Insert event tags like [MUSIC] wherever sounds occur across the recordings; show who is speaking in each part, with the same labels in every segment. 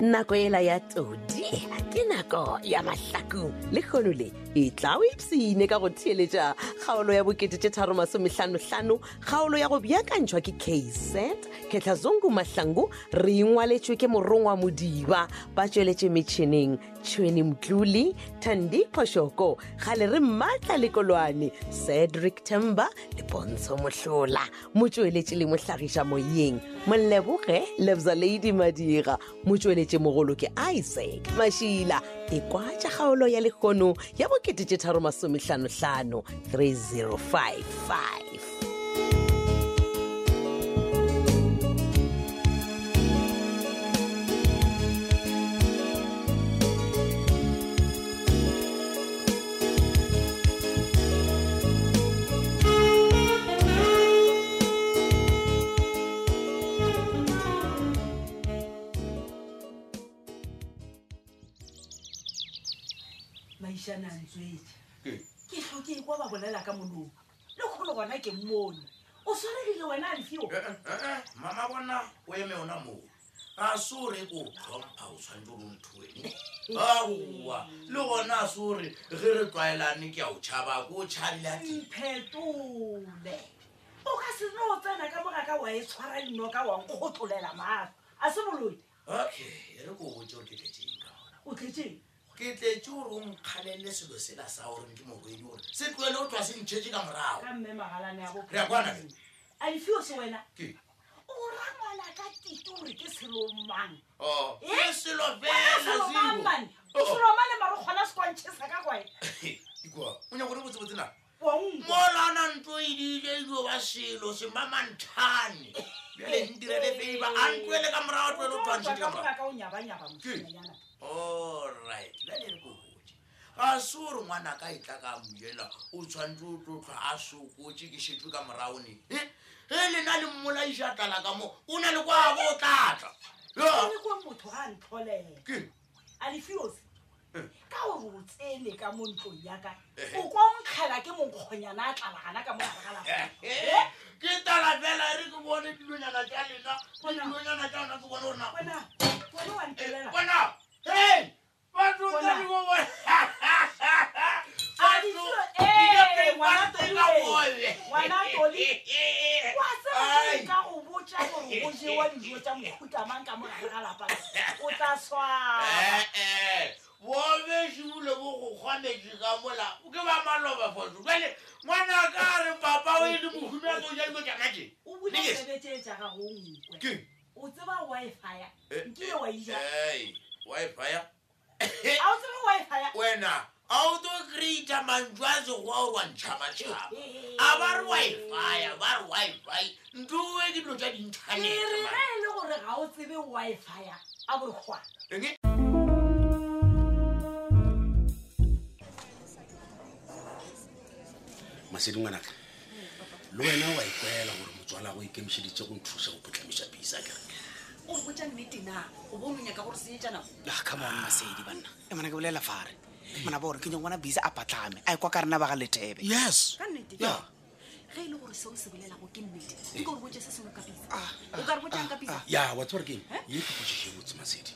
Speaker 1: nako ela ya todi ke nako ya mahlakong le kgono le e tla o ipsene ka go theeletša kgaolo ya bokete tše tharomasomehlanohlano kgaolo ya go bjakantšhwa ke caset ketlhazongu mahlangu re ingwaletšwe ke morongwa modiba ba tšweletše metšhineng tšhweni mtluli thandi phošoko gale re mmatla lekolwane cedric temba le pontsho mohlola motšweletše le mohlagiša moyeng molleboge lebza ladi madira motšweletše mogolo ke isaac mašila e kwa tša kgaolo ya lekgono ya bokete tše tharomasomehlanohlano 3055
Speaker 2: maišana ntswetše ke tlhoke kwa ba bolela ka molomo le kgolo gona ke mmono o swaregile wena a lefio
Speaker 3: Eh, eh, eh, mama bona o eme ona moo ga se o re ko tlhompha o tshwanetse ore o nthoene aowa le gona a se ore ge re tlwaelane ke a o tšhaba ko o tšhabile a teng
Speaker 2: mphetole o ka se no o tsena ka moga ka wa e tshwara dinoka wang o go tlolela maatlo a se boloi
Speaker 3: okay e re ko o botse ore ke tletseng ka ona
Speaker 2: o tletseng
Speaker 3: ke tletse ore o nkgalele selo sela sa goreng ke morwedi ore se tloele o tlwa se ntšhetse ka morago
Speaker 2: ka mme magalane ya bo
Speaker 3: Re a kwana ke?
Speaker 2: a lefio se wena
Speaker 3: ke
Speaker 2: o rangwana ka tite ore ke selomang
Speaker 3: Oh,
Speaker 2: Eh?
Speaker 3: ke selo
Speaker 2: selomangmane
Speaker 3: Oh. [LAUGHS]
Speaker 2: selomane mare kgona se kwantšhesa ka kwena
Speaker 3: fela o nyako re botsebotsena
Speaker 2: wa unkwa
Speaker 3: molana nto edile io ba selo semamanthane bjale ntirele feiba a ntlwele ka morago tlwele o
Speaker 2: ka
Speaker 3: twantšhete ka morago
Speaker 2: moga ka o nyabanyaba mosimanyana
Speaker 3: allright bjale re koboe ga se ore ngwanaka e tla ka moela o tshwanetse o tlotlhwa a sokotse ke šhetwe ka moraone ge lena le mmolaiša tlala ka mo o na le kwabo o tlatla Ah.
Speaker 2: ore ko motho ga ntlholela a lefiose
Speaker 3: Eh.
Speaker 2: ka gore o tsene ka mo ntlong yaka
Speaker 3: Eh.
Speaker 2: o kwa nkgela ke monkgonyana a tlalagana ka mogagala
Speaker 3: eh,
Speaker 2: Eh,
Speaker 3: ke tala fela e re ke bone dilonyana tja lena le dilonyana tja ona ke bone gore na
Speaker 2: wena wena wa ntelela
Speaker 3: Bona. Hey! Batho o tla di bo bona.
Speaker 2: A di tlo-
Speaker 3: Batho,
Speaker 2: Eh,
Speaker 3: di ke
Speaker 2: ngwana
Speaker 3: pate
Speaker 2: Toli
Speaker 3: ka
Speaker 2: we.
Speaker 3: bole.
Speaker 2: Ngwana Toli.
Speaker 3: [LAUGHS]
Speaker 2: wa
Speaker 3: Ai.
Speaker 2: tsee ka go botsa gore go jewa dijo tsa mokhutamang ka mogagala lapa o tla swaa
Speaker 3: Eh, eh. Bobesi bole bo go kgwametše ka mola ke ba maloba foso jale ngwana ka a re papa o e le mohumya ko ja diko tjakaje
Speaker 2: o bula e sebetsetsa ga go nkwe o tseba wifi
Speaker 3: Eh,
Speaker 2: nke ye wa e ija
Speaker 3: wifi ya
Speaker 2: [LAUGHS] a o tseba wifi
Speaker 3: wena a o tlo kry-ita mantswe a segoa ore wa ntšhabatšhaba a ba re wifi a ba re wifi ntoe dilo tša
Speaker 2: ke re ge
Speaker 3: diinthanete
Speaker 2: e le gore ga o tsebe wifi a borikgwana
Speaker 3: Eng?
Speaker 4: masedingwanaka le wena wa ikwela gore motswala go ikemišeditse go nthusa go potlamiša pisa kere
Speaker 5: o mpotsa nnetena o bone o nyaka gore se etsa nako
Speaker 6: Ah, come on masedi banna e mona ke bolela fare mona ba gore ke nyong bona bisa a patlame a ekwa ka rena ba ga lethebe
Speaker 4: yes
Speaker 5: ka nnete
Speaker 4: Yeah.
Speaker 5: ge e le gore seo se bolelago ke nnete
Speaker 2: Eh.
Speaker 5: nke ore botse se sengwe ka pisa
Speaker 2: Ah,
Speaker 5: o ka re botjang ka pisa
Speaker 4: ya wa tseba gore keng ye ke potšiše botse masedi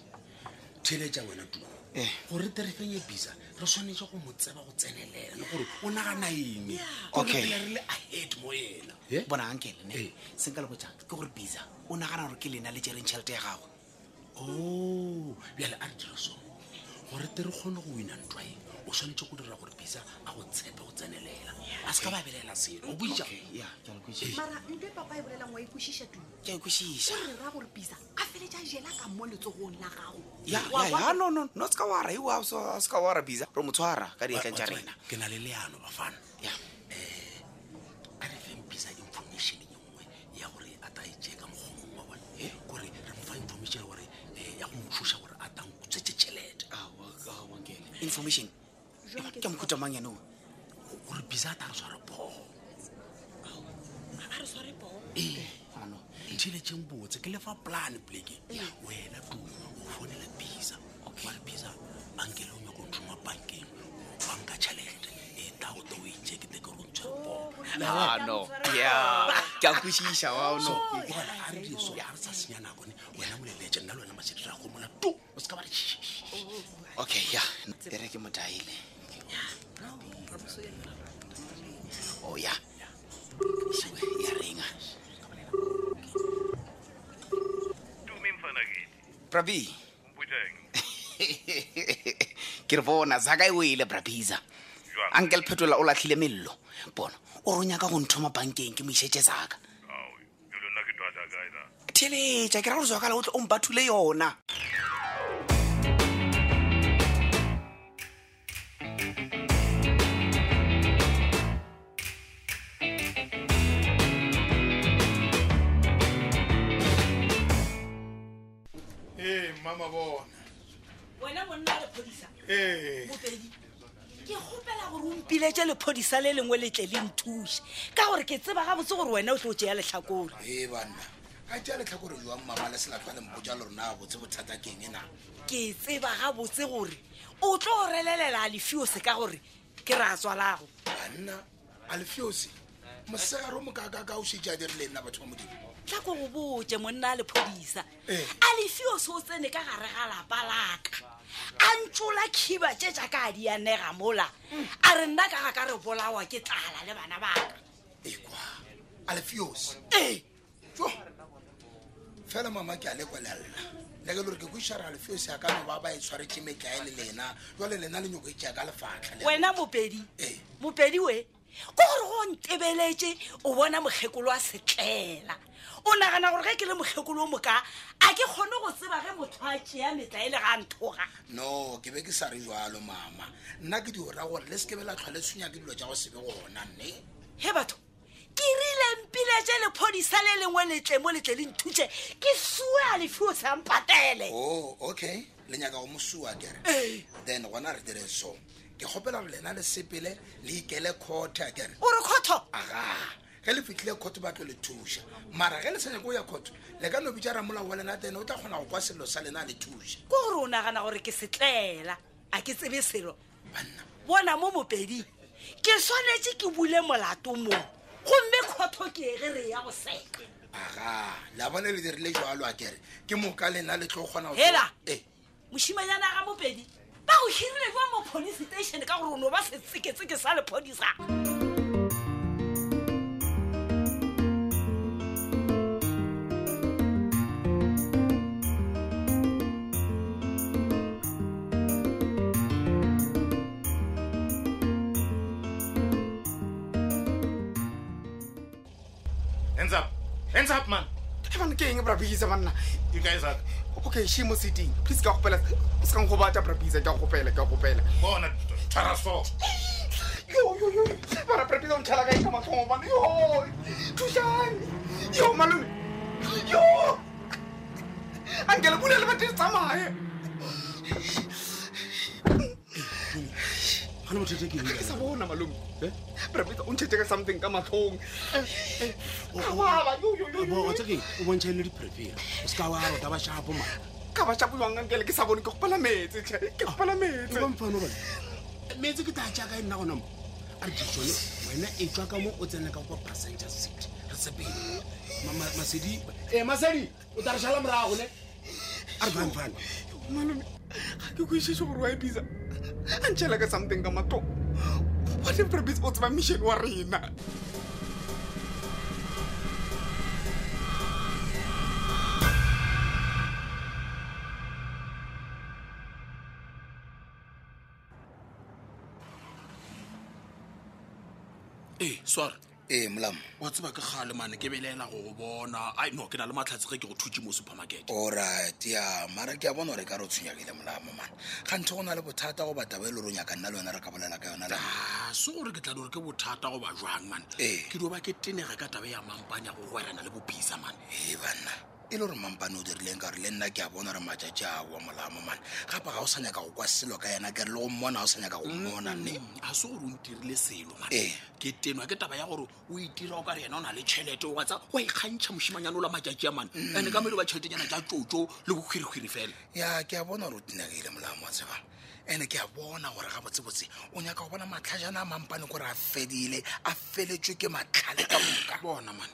Speaker 4: theletša wena tuko
Speaker 6: Eh.
Speaker 4: gore te re fenye bisa re tshwanetse go mo tseba go tsenelela le gore o nagana eng
Speaker 6: Okay.
Speaker 4: gorepela re le ahead mo ena
Speaker 3: Ee.
Speaker 6: bona ankele
Speaker 4: Eh.
Speaker 6: ne senka le botjang ke gore bisa o nagana gore ke lena le tsereng tšhelete ya gago
Speaker 4: o Oh, bjale a re dire so gore te re kgone go wina ntwaeng o tshwanetse go dira gore bisa a go tshepe go tsenelela Eh, a se ka ba belela selo o boija
Speaker 2: ah.
Speaker 5: mara nte papa e bolelang wa ekwešiša tumo
Speaker 6: ke a ekwešiša
Speaker 2: Ee.
Speaker 5: o re ra gore pisa a feletša jela ka mo letsogong la gago Wa bona?
Speaker 6: no no no se ka wara eo a se a se ka wara bisa re mo tshwara ka
Speaker 4: Wa-
Speaker 6: diatleng
Speaker 4: wa
Speaker 6: tša
Speaker 4: tseba,
Speaker 6: rena
Speaker 4: ke na le leano bafana
Speaker 6: Ya.
Speaker 4: Eh, a re feng bisa information e nngwe ya gore a ta e jee ka mokgomong wa bone
Speaker 5: Eh?
Speaker 4: gore re mofa information ya gore eh, ya go mošoša gore a tankutswetse tšhelete
Speaker 5: Ah.
Speaker 6: information
Speaker 5: Jwale ke
Speaker 6: ke mokhuta mang yaneo
Speaker 4: Go- gore bisa a ta re tshware poo
Speaker 5: a re sware poo
Speaker 4: ee tšheletseng botse ke lefa plan plake
Speaker 5: Eh.
Speaker 4: wena tuma o founela bisa are bisa banke le o nyako nthoma bankeng banka tšhelete e taota o ejee ke teke gore o ntshware poo
Speaker 6: ano ya ke a kwešiša wano
Speaker 4: so jala a re diso a re sa senya nakone wena moleletse nna le wena masedira go mola tu o se ka
Speaker 6: tloga bare okay ya ere ke mo daile
Speaker 4: Ya.
Speaker 6: o ya Siwe, ya ringa
Speaker 7: Dume mfana kithi.
Speaker 6: brabi
Speaker 7: Mbuteng.
Speaker 6: [LAUGHS] ke re bona zaka e wele brabiza
Speaker 7: Jwang?
Speaker 6: anke le phetola o latlhile melelo bona o re o nyaka go nthoma bankeng ke mo isetse zaka
Speaker 7: Awu, yolo nna ke dwada kae la.
Speaker 6: theletša ke ra gore zwakala o tle o mbathule yona
Speaker 8: ee Eh, mama bona Eh.
Speaker 2: wena monna lephodisa
Speaker 8: ee
Speaker 2: mopedi ke kgopela gore o mpiletse lephodisa le lengwe letle le nthuše ka gore ke tseba gabotse gore wena o tlo o tseya letlhakore
Speaker 4: Eh,
Speaker 8: ee banna ka tea letlhakore jwa mmama le selatlhwa le mpotsa le rona a botse bothata keng e na
Speaker 2: ke tseba gabotse gore o tlo o relelela a lefio se ka gore ke re a tswalago
Speaker 8: banna alfeose mosegare o mokakaka o shetse a dirile nna batho ba modimo
Speaker 2: tla ko go botse monna a lephodisa
Speaker 8: Eh.
Speaker 2: a lefio se o tsene ka gare ga lapa laka a ntsola khiba tse jaaka a dianega mola a re nna ka ga ka re bolawa ke tlala le bana baka
Speaker 8: ee kwa alfeose
Speaker 2: ee
Speaker 8: jo fela mama ke a le kwelelela le ke lore ke koišara alfeose a ka no ba ba e tshwaretse metlae le lena jale lena le nyoko e tea ka lefatlha le-
Speaker 2: wena mopedi
Speaker 8: Ee.
Speaker 2: mopedi we ko gore go ntebeletse o bona mokgekolo a setlela o nagana gore ge ke le mokgekolo o moka a ke kgone go tseba ge motho a tšea metla e le ga nthoga
Speaker 8: no Oh, ke be ke sa re jalo mama nna ke di o raya gore le se ke be la tlhwa le tshwenya ke dilo tja go se be gona nne
Speaker 2: he batho ke rile mpiletse lephodisa le lengwe letle mo letle le nthutše ke sue a lefio
Speaker 3: Oh.
Speaker 2: sampatele
Speaker 8: o Oh, okay le nyaka go mosua
Speaker 2: Ee.
Speaker 8: kere then gona re dire so ke kgopela gore lena le sepele le ikele kgotha kere
Speaker 2: o re kgotho
Speaker 8: aga ge le fitlhile kgotho ba tlo le thuša mara ge le sa nyako o ya kgotho le ka no bitša ramolao wa lena tene o tla kgona go kwa selelo sa lena a le
Speaker 2: ko
Speaker 8: thuša
Speaker 2: gore o nagana gore ke setlela a ke tsebe selo
Speaker 8: banna
Speaker 2: bona mo mopeding ke swanetse ke bule molato moo gomme kgotho ke e ge re ya go seka
Speaker 8: aga la bone le dirile jalo a kere ke moka lena le tlo kgona go-
Speaker 2: Hela.
Speaker 8: Eh,
Speaker 2: mošimanyana ga mopedi ba go hirile jwa mo police station ka gore o no ba setseketseke sa lephodisa
Speaker 7: Hands up. Hands up man.
Speaker 6: ebane ke eng brabisa banna
Speaker 7: You guys are
Speaker 6: okay she mo seating please ka gopela o sekang go bata brabisa ke a gopela ke a gopela
Speaker 7: bona tshwara so.
Speaker 6: 어, bara brabisa o ntšhala kae ka matlhogo bane yo thušane yo malome yo anke le bule le batee tsamaye 어.
Speaker 4: gane bothata ke
Speaker 6: ke sa bona malome brabisa o ntšhetse ka something ka matlhong 어, Baba, yo, yo, yo, yo, yo.
Speaker 4: eng Oh, o bontšha e le diprepare o seka wa rota ba shapo maa
Speaker 6: ka ba jabojwang ankele ke sa bone ke gopela metse tjhe, ke gopela metse
Speaker 4: mfano bale metse ke tla jaaka e nna gona mo a re disone wena e tswa ka mo o tsena ka kwa passenger seat re sepele Ma- ma- masedi ee masedi o tla re šhala morago ne a re banfane
Speaker 6: malome ga ke kwešiše gore wa e bisa a ntšhela ka something ka matlong what if brabisa o tseba mission wa rena
Speaker 4: ee sware
Speaker 8: ee molamo
Speaker 4: wa tseba ke gale mane ke belela go go bona ai no ke na le matlhatse ge ke go thutse mo supermarket
Speaker 8: oright ya mara ke a bona gore ka re o tshwenyakile molamo mana ga ntho go na le bothata go bataba e le gore o nyaka nna le yona re ka bolela ka yona le
Speaker 4: a se gore ke tla le gore ke bothata go ba jwang mane
Speaker 8: Ee.
Speaker 4: ke dio ba ke tenega ka tabe ya mampanya go gwerana le bopisa mane
Speaker 8: ee banna e le gore mampane o dirileng ka gore le nna ke a bona gore matšatši a wa molamo mane gape ga o sa nyaka go kwa selo ka yena kere le go mmona ga o sa nyaka go mmona nne
Speaker 4: Mm,
Speaker 8: Eh,
Speaker 4: a se gore o ntirile selo mane
Speaker 8: Ee.
Speaker 4: ke tenwa ke taba ya gore o itira o ka re yena o na le tšhelete wa tsa wa ikgantšha mošimanyane o la matšatši a mane ande ka mele ba tšheletenyana tša tsotso le bohwirihwiri fela
Speaker 8: ya ke a bona gore o tenakile molamo wa tsebang and-e ke a bona gore ga botsebotse o nyaka go bona matlhajana a mampane kore a fedile a feletswe ke matlhale ka moka
Speaker 4: bona mane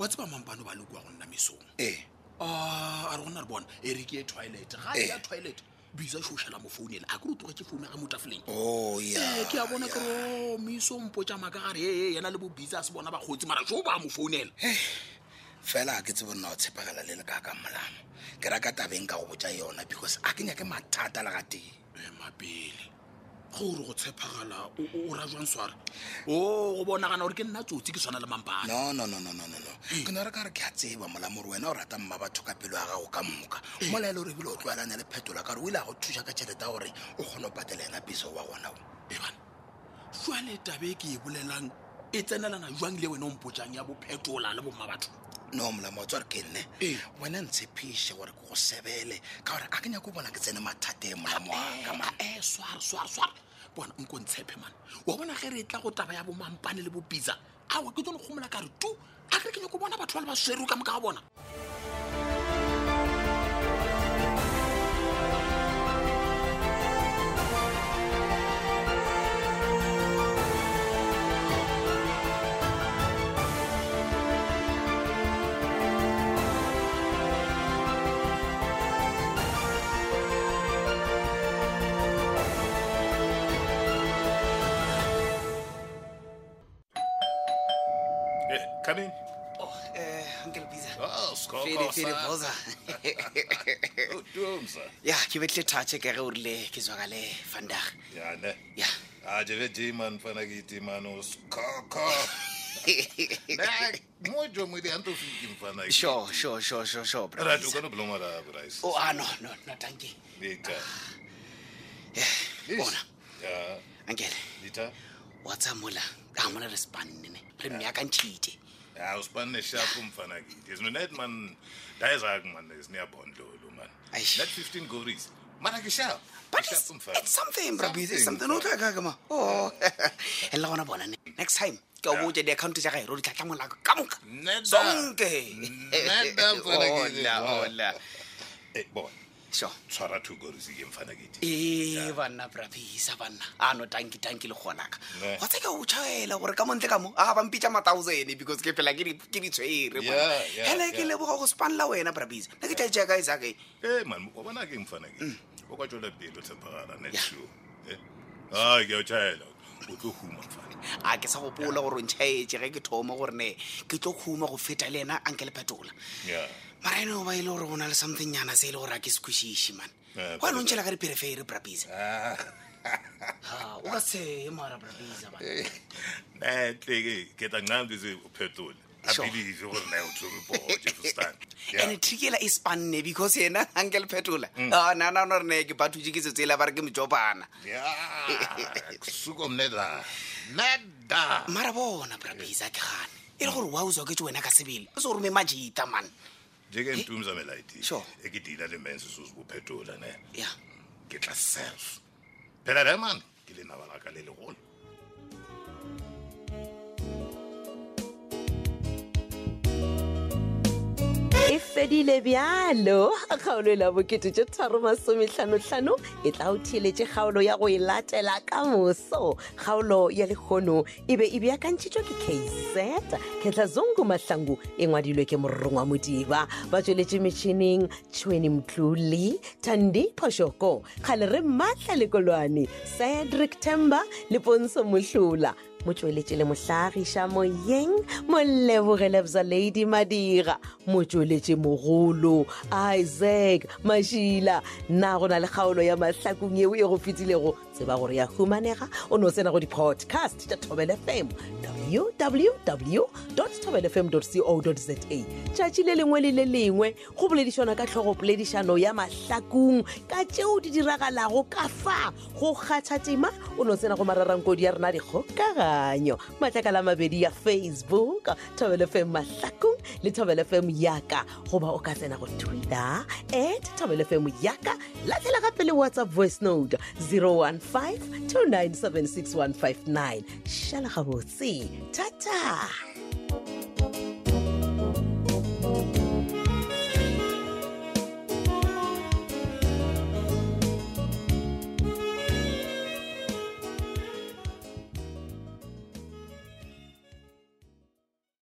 Speaker 4: wa tseba mampane ba le kua go nna mesong
Speaker 8: ee
Speaker 4: a re gona re bona e re ke ye toilet ga ke ya
Speaker 8: Eh.
Speaker 4: toilet bisa šošela mo founela a ke re o tlogetse founu ya ga motafoleng
Speaker 8: o
Speaker 4: ee ke a
Speaker 6: Oh,
Speaker 4: bona kere miso mpotsa maaka gare ee yena le bo bisa a se bona bakgotsi mara jo ba mo founela
Speaker 8: fela a ke tsebo nna o tshepagala le le ka ka molamo ke raka tabeng ka go botsa yona because a ke nyake mathata le ga teng
Speaker 4: ema pele gore go tshepagala o- o- o ra jwang sware o go bonagana gore ke nna tsotsi ke tshwana le mampane
Speaker 8: no no no no no no no ke no re ka re ke a tseba molamo gore wena o rata mma batho ka pelo ya gago ka moka molaele gore ebile o tlwaelane le phetola ka gore o ile a go thusa ka tšhelete ya gore o kgone go patela ena piso wa gona o
Speaker 4: ebane jwale tabe e ke e bolelang e tsenelana jwang le wena o mpotsang ya bophetola le bomma batho
Speaker 8: no molamo wa tswa re ke nne
Speaker 4: Ee.
Speaker 8: wena ntshepiše gore ke go sebele ka gore a ke nyako o bona ke tsene mathate molamo waka man
Speaker 4: ee sware sware sware bona nko ntshepe mane wa bona ge re e tla go taba ya bomampane le bopitsa awa ke tsone gomola ka re tu a kere ke nyako bona batho ba le baswere ka moka ga bona
Speaker 7: Eh, come in.
Speaker 6: Oh, uncle bisa
Speaker 7: Oh, score.
Speaker 6: ya ke betle thatche ka ge o rile ke tswaka le fandag
Speaker 7: Yeah, ne.
Speaker 6: ya
Speaker 7: Ah, je vais dire, man, fana giti, man, oh, skoko. Ne, moi, je me dis, anto fiki mfana giti.
Speaker 6: sure sure sure sure sure bro
Speaker 7: Right, you gonna blow my eyes.
Speaker 6: oh ah no no no tanki
Speaker 7: Dita.
Speaker 6: bona
Speaker 7: Yeah,
Speaker 6: uncle
Speaker 7: dita.
Speaker 6: wa tsa mola ka mola re spannene re mmeakantšhite
Speaker 7: Ja, aus Bande Schafu mfana giti. Ist nur nicht, man, da ist sagen, man, ist näher Bondolo, man.
Speaker 6: Eish.
Speaker 7: Nicht 15 Goris. Man, ich schaf.
Speaker 6: but it's, it's something bro busy it's something o tla kakama [LAUGHS] o ella gona bona ne next time ke o boje di-account tsa gae ro di tlatla molako ka moka
Speaker 7: Neta.
Speaker 6: sonke [LAUGHS]
Speaker 7: Neta, mfana giti.
Speaker 6: Hola, hola.
Speaker 7: Eh, boy,
Speaker 6: sure
Speaker 7: tshwara two Goris, ich mfana giti.
Speaker 6: ee banna brapisa banna ano tanki tanki le kgonaka
Speaker 7: Ne.
Speaker 6: go tse ke o tšhaela gore ka montle ka mo a bampitša mathousand because ke phela ke di- ke di tshwere
Speaker 7: Yeah,
Speaker 6: bona.
Speaker 7: yeah,
Speaker 6: hele ke
Speaker 7: yeah.
Speaker 6: leboga go spanla wena brapisa nna ke tla tšea kae sakae
Speaker 7: Eh man wa bona ke mfana
Speaker 6: Mm.
Speaker 7: ke o kwa tswela pele o tshepagala net show eh ah ke o tshela o tlo huma mfana
Speaker 6: a ke sa gopola gore o ntšhaetse ge ke thoma gore ne ke tlo khuma go feta le ena anke le phetola
Speaker 7: yeah
Speaker 6: mara ene o ba e le gore go na le something yana se e le gore a ke se kwešiše man
Speaker 7: Eh,
Speaker 6: go ane o ntšhela ka diperefere brapisa
Speaker 7: ah
Speaker 6: o ka tshee mara brapisa bana
Speaker 7: na tleke Eh, ke ta nqambi se uphetole
Speaker 6: Sure.
Speaker 7: i believe gore na o tshwere bo je to
Speaker 6: [LAUGHS]
Speaker 7: stand yeah
Speaker 6: and trikela e spanne because [LAUGHS] Ah, ena ankel phetola a nanano re ne ke bathutse ke setse ele ba re ke mejopana
Speaker 7: yeah suko mneda nada
Speaker 6: mara bona brabisa ke gane e le gore wa uswa ke tse wena ka sebele o se o rome majita man
Speaker 7: jeke ntumza melaiti
Speaker 6: Sure.
Speaker 7: e ke dila le mense so se uphetole ne
Speaker 6: ya
Speaker 7: ke tla self phela le man ke le nabala ka le le golo
Speaker 1: e fedile bjalo kgaolo e la bokete tše tharo masometlhanotlhano e tla o theeletše kgaolo ya go e latela ka moso kgaolo ya lekgono e be e beakantšhitšwa ke kz ketlazongu mahlangu e ngwadilwe ke morongwa modiba ba tsweletše metšhineng tšhweni mtlole tandi phošoko kgale re maatla lekolwane cedric temba le ponso mohlola motsweletše le mohlagiša moyeng molebogelebza ladi madira motsweletše mogolo isaac mašila na go na le kgaolo ya mahlakong yeo e go fetilego tseba gore ya humanega o no tsena go di-podcast tša tobel fm www tobel fm co za tšatši le lengwe le le lengwe go boledišana ka tlhogopoledišano ya mahlakong ka tšeo di diragalago ka fa go kgatha tema o no tsena go mararankodi ya rena dikgokaganyo matlakala a mabedi ya facebook thobel fm mahlakong le thobel fm yaka goba o ka tsena go twitter at thobel fm yaka latlhela gape le whatsapp voice note 015 2976 159 šala gabotse thata